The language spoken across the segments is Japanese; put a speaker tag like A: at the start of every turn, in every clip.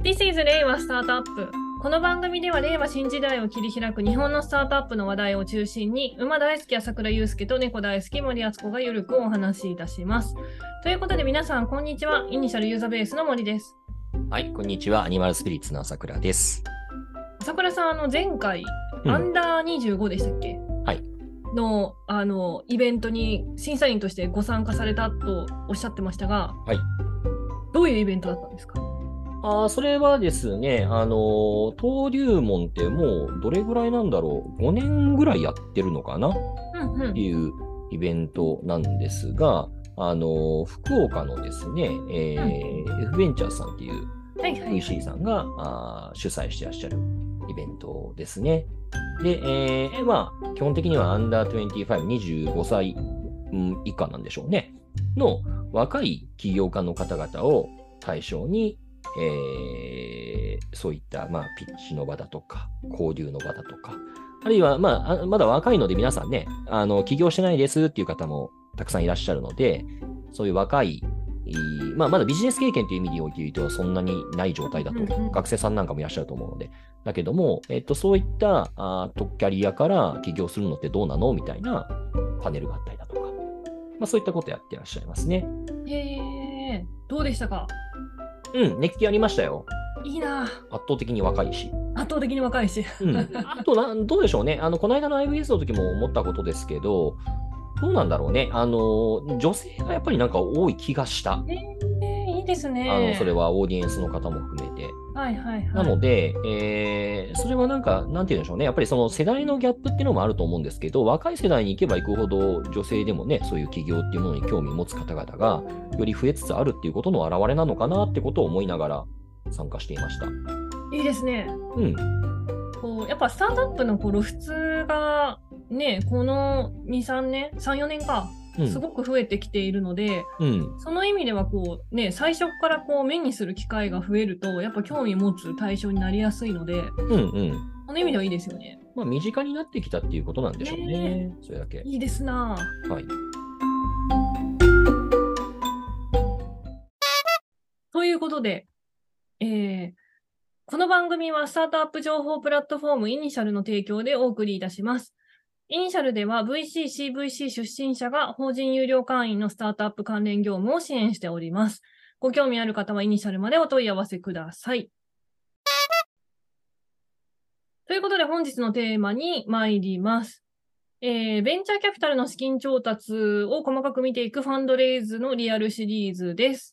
A: This is 令和スタートアップ。この番組では令和新時代を切り開く日本のスタートアップの話題を中心に、馬大好き朝倉祐介と猫大好き森敦子がゆるくお話しいたします。ということで皆さん、こんにちは。イニシャルユーザーベースの森です。
B: はい、こんにちは。アニマルスピリッツの朝倉です。
A: 朝倉さん、あの前回、
B: うん
A: アンダー25でしたっけ
B: はい。
A: の、あの、イベントに審査員としてご参加されたとおっしゃってましたが、
B: はい。
A: どういうイベントだったんですか
B: あーそれはですね、あのー、登竜門ってもうどれぐらいなんだろう、5年ぐらいやってるのかなっ
A: うんう
B: て
A: ん。
B: いうイベントなんですが、あのー、福岡のですね、えー F ベンチャーズさんっていう
A: はいはい。
B: VC さんがあー主催してらっしゃるイベントですね。で、えーまあ、基本的にはアンダー25、25歳うん以下なんでしょうね、の若い起業家の方々を対象に、えーそういった、まあ、ピッチの場だとか、交流の場だとか、あるいは、まあ、あまだ若いので皆さんね、あの起業してないですっていう方もたくさんいらっしゃるので、そういう若いえーまあ、まだビジネス経験という意味において言うと、そんなにない状態だと、
A: うんうん
B: 学生さんなんかもいらっしゃると思うので、だけども、えっと、そういったあーとキャリアから起業するのってどうなのみたいなパネルがあったりだとか、まあ、そういったことやってらっしゃいますね。
A: へえ、どうでしたか
B: うん、熱気ありましたよ。
A: いいな
B: 圧倒的に若いし。
A: 圧倒的に若いし。
B: うん、あとな、どうでしょうね、あのこの間の IBS の時も思ったことですけど、どうなんだろうね、あの女性がやっぱりなんか多い気がした。
A: えーいいですね。
B: あのそれはオーディエンスの方も含めて。
A: はいはいはい。
B: なので、えーそれはなんか、なんて言うんでしょうね、やっぱりその世代のギャップっていうのもあると思うんですけど、若い世代に行けば行くほど、女性でもね、そういう起業っていうものに興味を持つ方々が、より増えつつあるっていうことの表れなのかなってことを思いながら参加していました。う
A: いいですね。
B: ん、
A: こうやっぱスタートアップのこう露出がね、この2、3年、3、4年か、
B: うん、
A: すごく増えてきているので、
B: うん、
A: その意味ではこう、ね、最初からこう目にする機会が増えると、やっぱ興味持つ対象になりやすいので、
B: うん、うん。
A: その意味ではいいですよね。
B: まあ、身近になってきたっていうことなんでしょうね
A: ね、
B: それだけ。
A: いいですなあ
B: はい。
A: ということで、えーこの番組はスタートアップ情報プラットフォームイニシャルの提供でお送りいたします。イニシャルでは VCCVC 出身者が法人有料会員のスタートアップ関連業務を支援しております。ご興味ある方はイニシャルまでお問い合わせください。ということで本日のテーマに参ります。えーベンチャーキャピタルの資金調達を細かく見ていくファンドレイズのリアルシリーズです。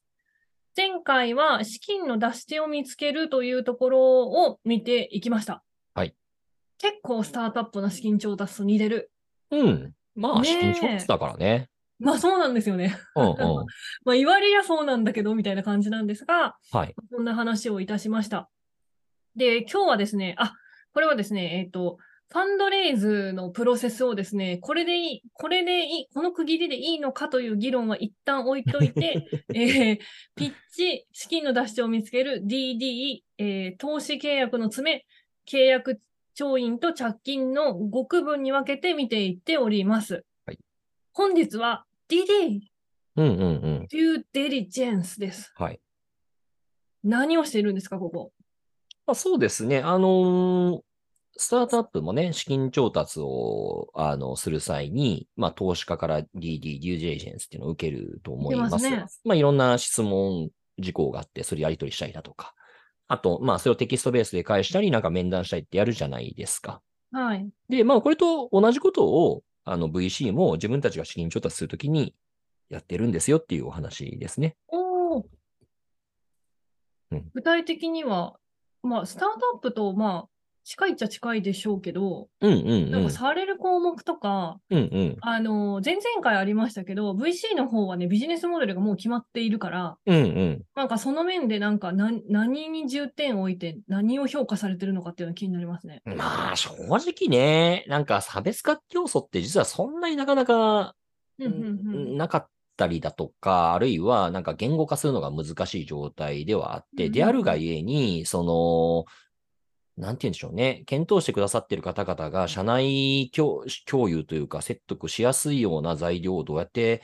A: 前回は資金の出し手を見つけるというところを見ていきました。
B: はい。
A: 結構スタートアップの資金調達と似てる。
B: うん。まあ、
A: ねえ
B: 資金調達だからね。
A: まあそうなんですよね。
B: うんうん。
A: まあ言われりゃそうなんだけどみたいな感じなんですが、
B: はい。
A: そんな話をいたしました。で、今日はですね、あ、これはですね、えっ、と、ファンドレイズのプロセスをですね、これでいい、これでいい、この区切りでいいのかという議論は一旦置いとい て、えーピッチ、資金の出し手を見つける DD、えー投資契約の詰め、契約調印と着金の5区分に分けて見ていっております。
B: はい
A: 本日は DD、
B: うんうんうん。
A: デューデリジェンスです。
B: はい。
A: 何をしているんですか、ここ。
B: まあ、そうですね。あのースタートアップもね、資金調達を、あの、する際に、まあ、投資家から DD、デュージェイジェンスっていうのを受けると思います。
A: 受けます
B: まあ、いろんな質問事項があって、それやり取りしたりだとか。あと、まあ、それをテキストベースで返したり、なんか面談したりってやるじゃないですか。
A: はい。
B: で、まあ、これと同じことを、あの、VC も自分たちが資金調達するときにやってるんですよっていうお話ですね。
A: おお、
B: うん
A: 具体的には、まあ、スタートアップと、まあ、近いっちゃ近いでしょうけど、
B: うんうんう
A: なん
B: ん
A: か。される項目とか、
B: うんうん。
A: あの、前々回ありましたけど、VC の方はね、ビジネスモデルがもう決まっているから、
B: うんうん。
A: なんかその面で、なんか何、何に重点を置いて、何を評価されてるのかっていうのが気になりますね。
B: まあ、正直ね、なんか差別化要素って実はそんなになかなか
A: うんうんうん
B: なかったりだとか、あるいはなんか言語化するのが難しい状態ではあっ
A: う
B: て、
A: ん
B: であるがゆえに、その、なんて言うんでしょうね、検討してくださってる方々が社内共共有というか説得しやすいような材料をどうやって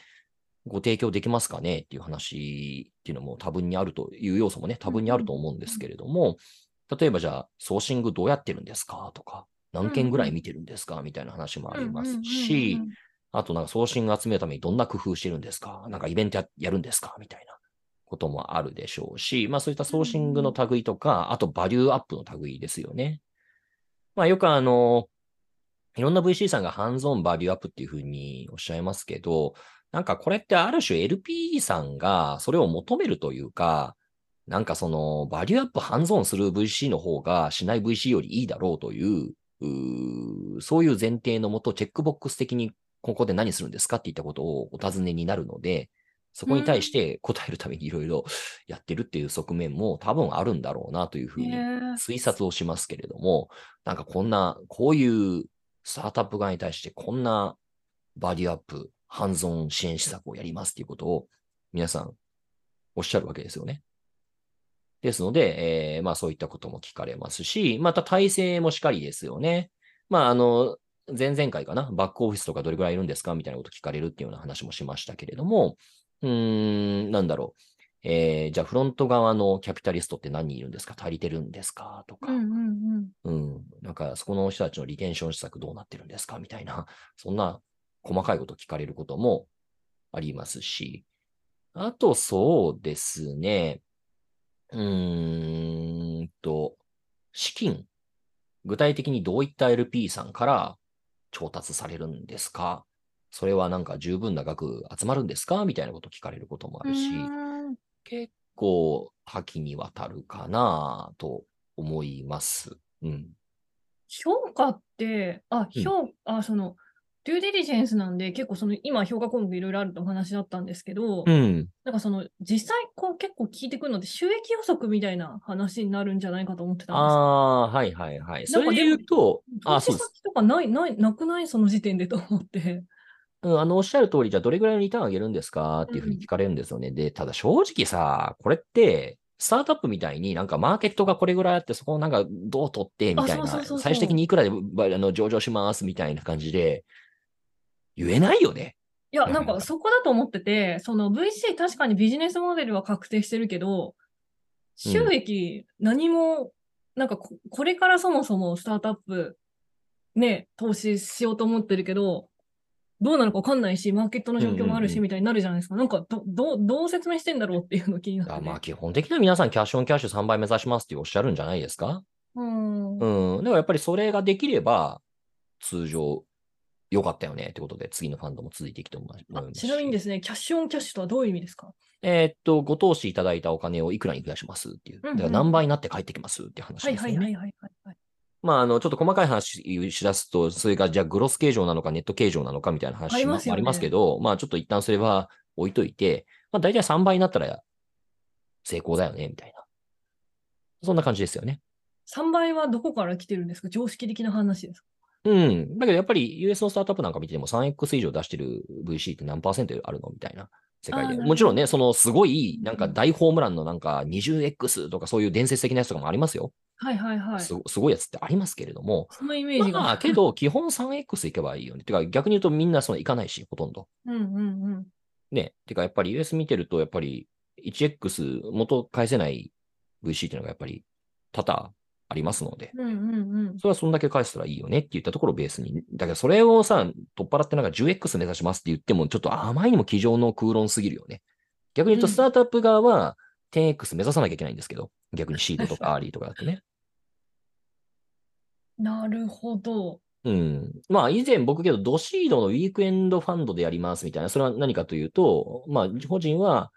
B: ご提供できますかねっていう話っていうのも多分にあるという要素もね、多分にあると思うんですけれども、例えばじゃあ、ソーシングどうやってるんですかとか、何件ぐらい見てるんですかみたいな話もありますし、あとなんかソーシング集めるためにどんな工夫してるんですかなんかイベントややるんですかみたいなこともあるでしょうし、まあそういったソーシングの類とか、あとバリューアップの類ですよね。まあよくあの、いろんな VC さんがハンズオンバリューアップっていうふうにおっしゃいますけど、なんかこれってある種 LP さんがそれを求めるというか、なんかそのバリューアップハンズオンする VC の方がしない VC よりいいだろうという、うーそういう前提のもとチェックボックス的にここで何するんですかっていったことをお尋ねになるので、そこに対して答えるためにいろいろやってるっていう側面も多分あるんだろうなというふうに推察をしますけれども、なんかこんな、こういうスタートアップ側に対してこんなバリューアップ、ハンズオン支援施策をやりますっていうことを皆さんおっしゃるわけですよね。ですので、えーまあそういったことも聞かれますし、また体制もしかりですよね。まああの、前々回かな、バックオフィスとかどれくらいいるんですかみたいなこと聞かれるっていうような話もしましたけれども、うーん、なんだろう。えーじゃあフロント側のキャピタリストって何人いるんですか足りてるんですかとか、
A: うんうんうん
B: うん、なんかそこの人たちのリテンション施策どうなってるんですかみたいな、 そんな細かいこと聞かれることもありますし、あとそうですね、うーんと、資金、具体的にどういった LP さんから調達されるんですかそれはなんか十分な額集まるんですかみたいなこと聞かれることもあるし、
A: うん
B: 結構多岐にわたるかなと思います。うん。
A: 評価って、あ、
B: うん
A: 評、あ、その、デューデリジェンスなんで、結構その、今、評価項目いろいろあるってお話だったんですけど、
B: うん。
A: なんかその、実際、こう、結構聞いてくるので、収益予測みたいな話になるんじゃないかと思ってたんです
B: ああー、はいはいはい。
A: な
B: そ
A: んか
B: れで言うと、
A: けど。
B: あー
A: 投資
B: そうです。
A: 先とかない、ない、なくないその時点でと思って。
B: うん、あの、おっしゃる通り、じゃあどれぐらいのリターン上げるんですかっていうふう
A: う
B: に
A: ん
B: 聞かれるんですよね。で、ただ正直さ、これって、スタートアップみたいになんかマーケットがこれぐらいあって、そこをなんかどう取ってみ
A: あそう
B: たい
A: そう
B: な
A: そうそ、う
B: 最終的にいくらでばあの上場しますみたいな感じで、言えないよね。
A: いや、
B: うん
A: なんかそこだと思ってて、その VC 確かにビジネスモデルは確定してるけど、収益何も、なんかここれからそもそもスタートアップ、ね、投資しようと思ってるけど、どうなのかわかんないし、マーケットの状況もある
B: うんうんう
A: し、
B: ん
A: みたいになるじゃないですか。なんかど、どう、どう説明してんだろうっていうの気になって
B: あ
A: て。
B: まあ基本的には皆さんキャッシュオンキャッシュ3倍目指しますっておっしゃるんじゃないですか
A: うん。うん
B: うん。だからやっぱりそれができれば、通常、良かったよねってことで、次のファンドも続いていくと思いま
A: あ
B: すし。
A: ちなみにですね、キャッシュオンキャッシュとはどういう意味ですか
B: えーっと、ご投資いただいたお金をいくらに増やしますっていう。
A: うん
B: だ
A: うん
B: から何倍になって帰ってきますっていう話
A: はい
B: です
A: は
B: よね。
A: いはいはいはいはい。
B: まあ、あの、ちょっと細かい話し出すと、それがじゃあグロス形状なのかネット形状なのかみたいな
A: あ
B: 話
A: り
B: も
A: ますよね
B: ありますけど、まあちょっと一旦それは置いといて、まあ大体3倍になったら成功だよね、みたいな。そんな感じですよね。
A: 3倍はどこから来てるんですか常識的な話ですか
B: うん。だけどやっぱり US のスタートアップなんか見てても 3X 以上出してる VC って何パーセントあるのみたいな世界
A: あーなる
B: で。
A: ほど
B: もちろんね、そのすごいなんか
A: うん
B: 大ホームランのなんか 20X とかそういう伝説的なやつとかもありますよ。
A: はいはいはい。
B: すすごいやつってありますけれども。
A: そのイメージが。
B: まあ、けど基本 3X いけばいいよね。てか逆に言うとみんなその行かないし、ほとんど。
A: うんうんうん。
B: ね。てかやっぱり US 見てるとやっぱり 1X 元返せない VC っていうのがやっぱり多々ありますので。
A: うんうんうん。
B: それはそんだけ返したらいいよねって言ったところをベースに。だけど、それをさ、取っ払ってなんか 10X 目指しますって言っても、ちょっとあまりにも机上の空論すぎるよね。逆に言うと、
A: うん
B: スタートアップ側は 10X 目指さなきゃいけないんですけど、逆にシードとかアーリーとかだとね。
A: なるほど。
B: うん。まあ、以前僕けど、ドシードのウィークエンドファンドでやりますみたいな、それは何かというと、まあ、個人は、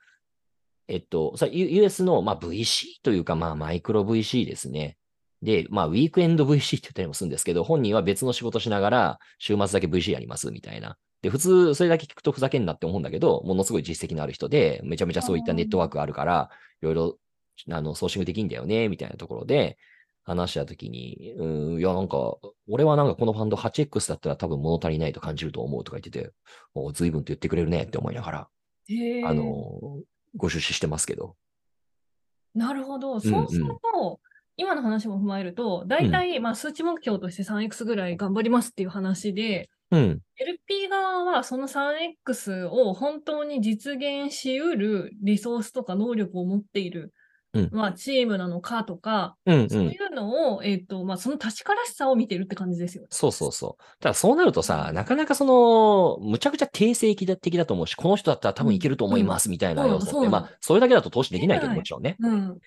B: えっと、さ U- US の、まあ、VC というか、まあ、マイクロ VC ですね。で、まあ、ウィークエンド VC って言ったりもするんですけど、本人は別の仕事しながら、週末だけ VC やりますみたいな。で、普通、それだけ聞くとふざけんなって思うんだけど、ものすごい実績のある人で、めちゃめちゃそういったネットワークあるから、いろいろ、あの、ソーシングできんだよね、みたいなところで、話したときに、うん、いや、なんか、俺はなんかこのファンド 8X だったら多分物足りないと感じると思うとか言ってて、お随分と言ってくれるねって思いながら、
A: へえ。
B: あの、ご出資してますけど。
A: なるほど。そうすると、今の話も踏まえると、大体、まあ、数値目標として 3X ぐらい頑張りますっていう話で、
B: うん。
A: LP 側はその 3X を本当に実現しうるリソースとか能力を持っている、
B: うん
A: まあ、チームなのかとか、
B: うんう
A: そうんい。うのを、えっとまあ、その確からしさを見てるって感じですよ。
B: そうそうそう。ただそうなるとさ、なかなかその、むちゃくちゃ定性的だ的だと思うし、この人だったら多分いけると思いますみたいな
A: うん
B: 要素
A: そう
B: って、
A: なの
B: まあ、それだけだと投資できないけ
A: でき
B: ど
A: ない
B: もちろんね。
A: うん、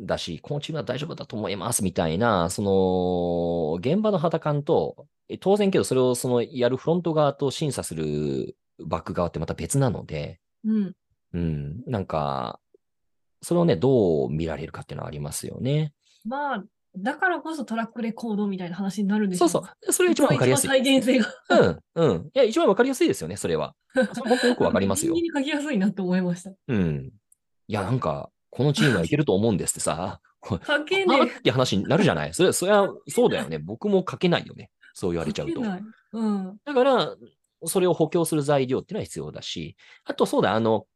B: だし、このチームは大丈夫だと思いますみたいな、その、現場の肌感と、え当然けどそれをその、やるフロント側と審査するバック側ってまた別なので、
A: うん、
B: うん、なんか、それをね、どう見られるかっていうのはありますよね。
A: まあ、だからこそトラックレコードみたいな話になるんでし
B: そ
A: ょ
B: うそう。それが 一番わかりやす
A: 一
B: い。
A: 番再現性が。
B: うん、うん。いや、一番わかりやすいですよね、そ れは。それ本当よくわかりますよ
A: ギ。リギリ書きやすいなと思いま した。
B: うん。いや、なんか、このチームはいけると思うんですってさ、こう
A: 書け
B: あ
A: ね
B: ーって話になるじゃないそれ、そりゃ、そうだよね。僕も書けないよね。そう言わ
A: え。
B: れちゃ
A: 書
B: う
A: け
B: と。
A: ない。うん。うん
B: だから、それを補強する材料っていうのは必要だし、あとそうだ、あの、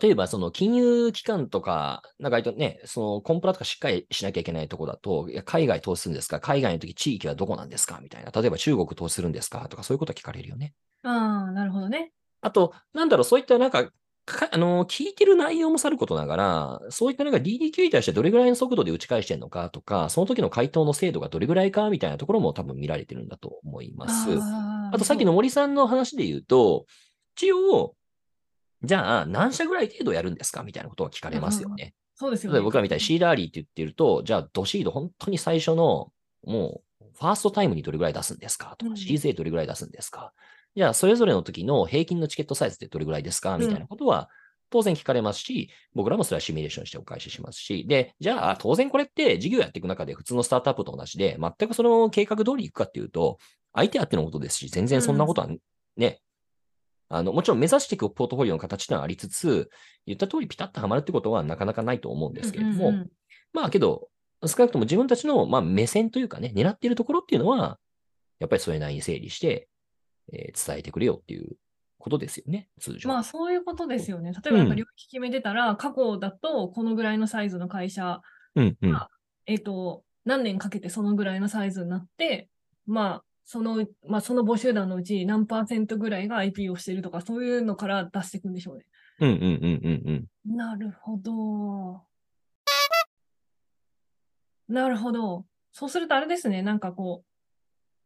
B: 例えば、その金融機関とか、なんか割とね、そのコンプラとかしっかりしなきゃいけないとこだと、いや海外投資するんですか海外の時地域はどこなんですかみたいな。例えば中国投資するんですかとかそういうことは聞かれるよね。
A: ああ、なるほどね。
B: あと、なんだろう、そういったなんか、かあの聞いてる内容もさることながら、そういったなんか DDQ に対してどれぐらいの速度で打ち返してるのかとか、その時の回答の精度がどれぐらいかみたいなところも多分見られてるんだと思います。
A: あー
B: あとさっきの森さんの話で言うと、一応、じゃあ何社ぐらい程度やるんですかみたいなことを聞かれますよね。
A: そうです
B: 例
A: よ
B: えば
A: ね。
B: 僕らみたいにシーダーリーって言ってると、じゃあドシード本当に最初の、もう、ファーストタイムにどれぐらい出すんですかと
A: う
B: か、
A: ん
B: シーズ A どれぐらい出すんですかじゃあそれぞれの時の平均のチケットサイズってどれぐらいですかみたいなことは、当然聞かれますし、僕らもそれはシミュレーションしてお返ししますし、で、じゃあ当然これって事業やっていく中で普通のスタートアップと同じで、全くその計画通りいくかっていうと、相手あってのことですし、全然そんなことはね、あの、もちろん目指していくポートフォリオの形ってのはありつつ、言った通りピタッとはまるってことはなかなかないと思うんですけれども、
A: うんうんうん
B: まあけど、少なくとも自分たちの、まあ、目線というかね、狙っているところっていうのは、やっぱりそれなりに整理して、えー伝えてくれよっていうことですよね、通常。
A: まあそういうことですよね。例えばなんか領域決めてたら、過去だとこのぐらいのサイズの会社、
B: うんうん
A: まえっ、と、何年かけてそのぐらいのサイズになって、まあ、その、まあ、その募集団のうち何パーセントぐらいが IP をしてるとか、そういうのから出していくんでしょうね。
B: うんうんうんうんうん。
A: なるほど。なるほど。そうするとあれですね、なんかこう、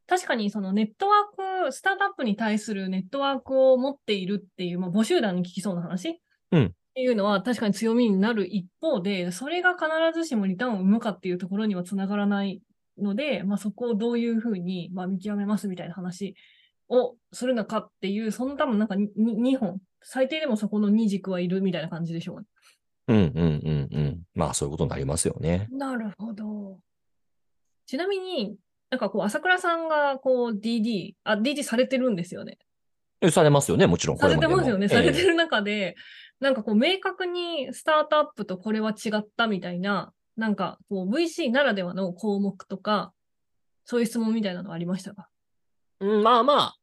A: 確かにそのネットワーク、スタートアップに対するネットワークを持っているっていう、まあ、募集団に聞きそうな話、
B: うん
A: っていうのは確かに強みになる一方で、それが必ずしもリターンを生むかっていうところにはつながらないので、まあ、そこをどういうふうに、まあ、見極めますみたいな話をするのかっていう、その多分なんか2本、最低でもそこの2軸はいるみたいな感じでしょうね。
B: うんうんうんうん。まあそういうことになりますよね。
A: なるほど。ちなみに、なんかこう、朝倉さんがこう DD、あ、DD されてるんですよね。
B: えされますよね、もちろん。
A: されてますよね。されて
B: る。
A: る中で、なんかこう、明確にスタートアップとこれは違ったみたいな、なんかこう、VC ならではの項目とか、そういう質問みたいなのありましたか
B: うんまあまあ、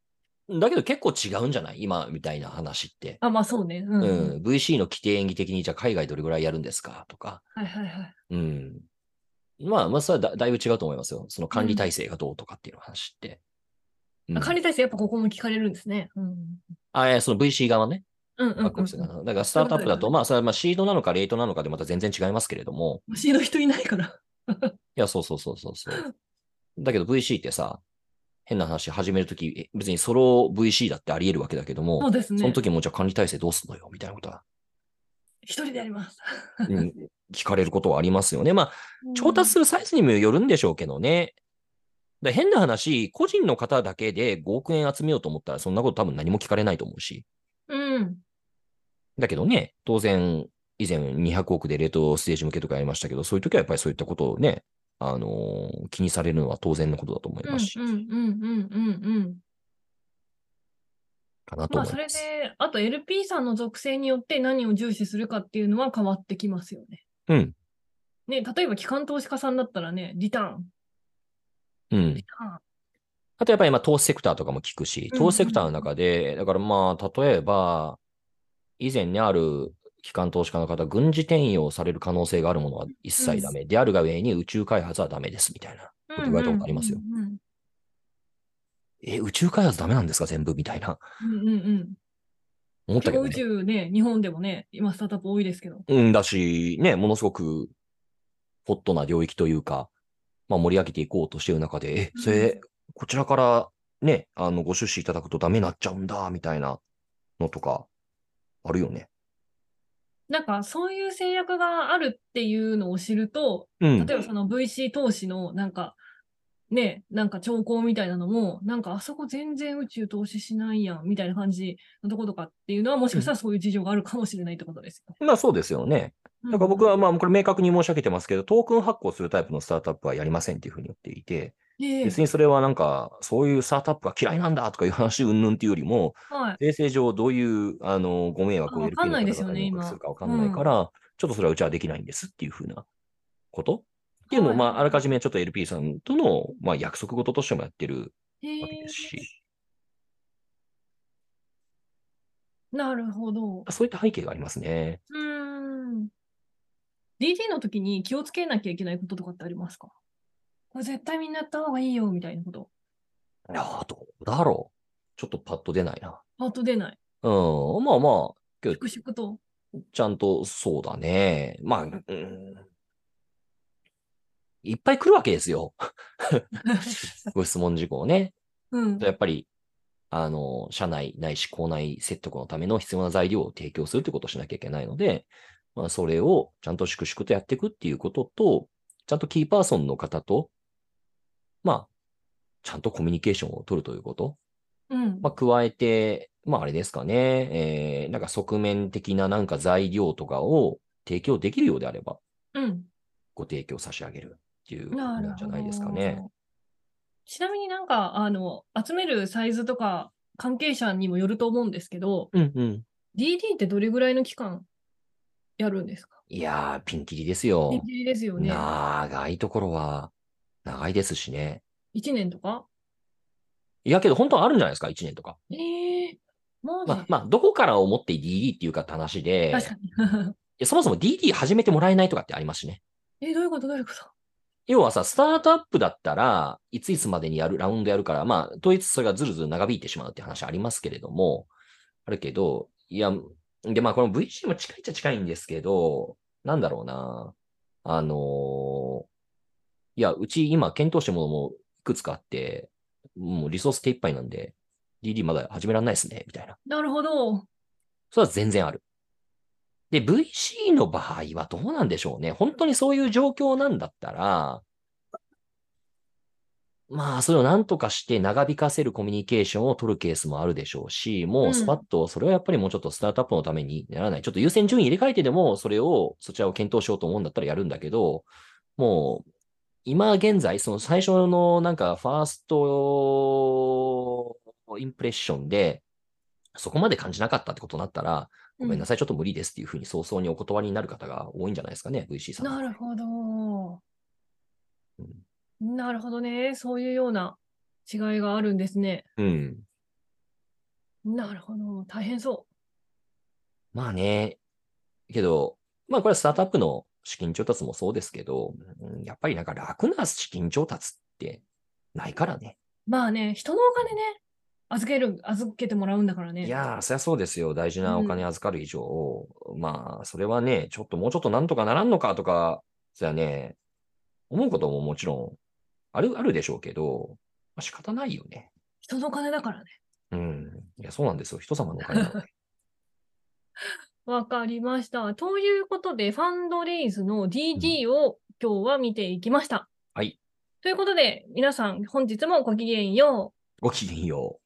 B: だけど結構違うんじゃない今みたいな話って。
A: あ、まあそうね。うん。
B: うん、VC の規定演技的に、じゃあ海外どれぐらいやるんですかとか、
A: はいはいはい。
B: うん。まあ、まあ、それはだだいぶ違うと思いますよ。その管理体制がどうとかっていう話って。うん
A: あ管理体制やっぱここも聞かれるんですね。うん。
B: あ、いやその VC 側ね。
A: うんうん、
B: バック
A: う
B: オ
A: ん。
B: フィス側のだから、スタートアップだ
A: そ
B: と、
A: ういうことだよね
B: まあ、それはまあシードなのかレートなのかでまた全然違いますけれども。
A: 虫の人いないから。
B: いや、そうそうそうそ うそう。だけど VC ってさ、変な話始めるとき、え別にソロ VC だってあり得るわけだけど
A: そ
B: も
A: う、です
B: その
A: ね。
B: 時もじゃあ管理体制どうすんのよみたいなこ とは、
A: 一人でやります。
B: うん、聞かれることはありますよね。まあ、調達
A: る。
B: するサイズにもよるんでしょうけどね。だ変な話、個人の方だけで5億円集めようと思ったら、そんなこと多分何も聞かれないと思うし。
A: うん。
B: だけどね、当然、以前200億でレートステージ向けとかやりましたけど、そういう時はやっぱりそういったことをね、あのー気にされるのは当然のことだと思い
A: うん
B: ますし、
A: うんうんうんうんうん。
B: かなと
A: まあ
B: 思い
A: それ
B: ます。
A: で、あと LP さんの属性によって何を重視するかっていうのは変わってきますよね。
B: うん。
A: ね、例えば機関投資家さんだったらね、リターン、
B: うん
A: リ。ターン。
B: あとやっぱりまあ投資セクターとかも聞くし、投資セクターの中で、だからまあ、例えば、以前にある機関投資家の方、軍事転用される可能性があるものは一切ダメ。であるが上に宇宙開発はダメですみたいな。
A: うん
B: こと言われたことありますよ
A: うんうんうん
B: え、宇宙開発ダメなんですか全部みたいな。
A: うんうんうん。
B: 思った
A: 結
B: け
A: 構
B: ど
A: 宇宙
B: ね。
A: ね、日本でもね、今スタートアップ多いですけど。
B: うんだし、ね、ものすごく、ホットな領域というか、まあ盛り上げていこうとしている中で、え、それ、こちらからね、あの、ご出資いただくとダメになっちゃうんだ、みたいなのとか、あるよね。
A: なんかそういう制約があるっていうのを知ると、
B: うん。
A: 例えばその VC 投資のなんか、ね、なんか兆候みたいなのも、なんかあそこ全然宇宙投資しないやんみたいな感じのとことかっていうのは、もしかしたらそういう事情があるかもしれないってことですよね。
B: まあそうですよね。だから僕は、まあ、これ明確に申し上げてますけど、トークン発行するタイプのスタートアップはやりませんっていうふうに言っていて、
A: うん、ええ
B: 別にそれはなんか、そういうスタートアップが嫌いなんだとかいう話云々っていうよりも、
A: はい。
B: 衛生上どういう、あの、ご迷惑を得る
A: あわかんないですよね
B: におかけするかわかんないから、ちょっとそれはうちはできないんですっていうふうなことっていうのを、
A: はい
B: まあ、あらかじめちょっと LP さんとの、まあ、約束事としてもやってる
A: へ
B: わけ
A: え
B: ですし、
A: なるほど。
B: そういった背景がありますね。
A: うーん。DT の時に気をつけなきゃいけないこととかってありますかこれ絶対みんなやった方がいいよみたいなこと。
B: いやー、どうだろう。ちょっとパッと出ないな。
A: パッと出ない。
B: うん、まあまあ、
A: 粛々と。
B: ちゃんと、そうだね。まあ、うん。いっぱい来るわけですよ。 ご質問事項ね。
A: うん。
B: やっぱり、あの、社内ないし校内説得のための必要な材料を提供するということをしなきゃいけないので、まあ、それをちゃんと粛々とやっていくっていうことと、ちゃんとキーパーソンの方と、まあ、ちゃんとコミュニケーションを取るということ。
A: うん。
B: まあ、加えて、まあ、あれですかね、えーなんか側面的ななんか材料とかを提供できるようであれば、
A: うん。
B: ご提供差し上げるっていうこと
A: なるほ
B: なん
A: ど
B: じゃないですかね。。
A: ちなみになんか、あの、集めるサイズとか関係者にもよると思うんですけど、
B: うんうん。
A: DT ってどれぐらいの期間やるんですか
B: いやー、ピンキリですよ
A: ギ。リギリですよね。
B: 長いところは、長いですしね。
A: 1年とか
B: いやけど、本当はあるんじゃないですか、1年とか。
A: ええマジ、
B: まあ、まあ、どこからをもって DD っていうかって話で、
A: 確かに。
B: いやそもそも DD 始めてもらえないとかってありますしね。
A: え、どういうことどういうこと
B: 要はさ、スタートアップだったら、いついつまでにやる、ラウンドやるから、まあ、統一それがずるずる長引いてしまうって話ありますけれども、あるけど、いや、で、まあ、この VC も近いっちゃ近いんですけど、なんだろうな、あのーいや、うち今検討してるものもいくつかあって、もうリソース手一杯なんで、DD まだ始められないですね、みたいな。
A: なるほど。
B: それは全然ある。で、VC の場合はどうなんでしょうね。本当にそういう状況なんだったら、まあ、それを何とかして長引かせるコミュニケーションを取るケースもあるでしょうし、もうスパッと、それはやっぱりもうちょっとスタートアップのためにならない。ちょっと優先順位入れ替えてでも、それを、そちらを検討しようと思うんだったらやるんだけど、もう、今現在、その最初のなんか、ファーストインプレッションで、そこまで感じなかったってことになったら、ごめんなさい、ちょっと無理ですっていうふうに早々にお断りになる方が多いんじゃないですかね、VC さん。
A: なるほど。
B: うん
A: なるほどね。そういうような違いがあるんですね。
B: うん。
A: なるほど。大変そ
B: まあね、けど、まあこれはスタートアップの資金調達もそうですけど、うんやっぱりなんか楽な資金調達ってないからね。
A: う。まあね、人のお金ね、預ける、預けてもらうんだからね。
B: いやー、そりゃそうですよ。大事なお金預かる以上、まあ、それはね、ちょっともうちょっとなんとかならんのかとか、そりゃね、思うことももちろんある、あるでしょうけど、まあ、仕方ないよね。
A: 人のお金だからね。
B: うん。いや、そうなんですよ。人様のお金なので。
A: わかりました。ということで、ファンドレイズの DD を今日は見ていきました。
B: はい。
A: ということで、皆さん本日もごきげんよう。
B: ごきげんよう。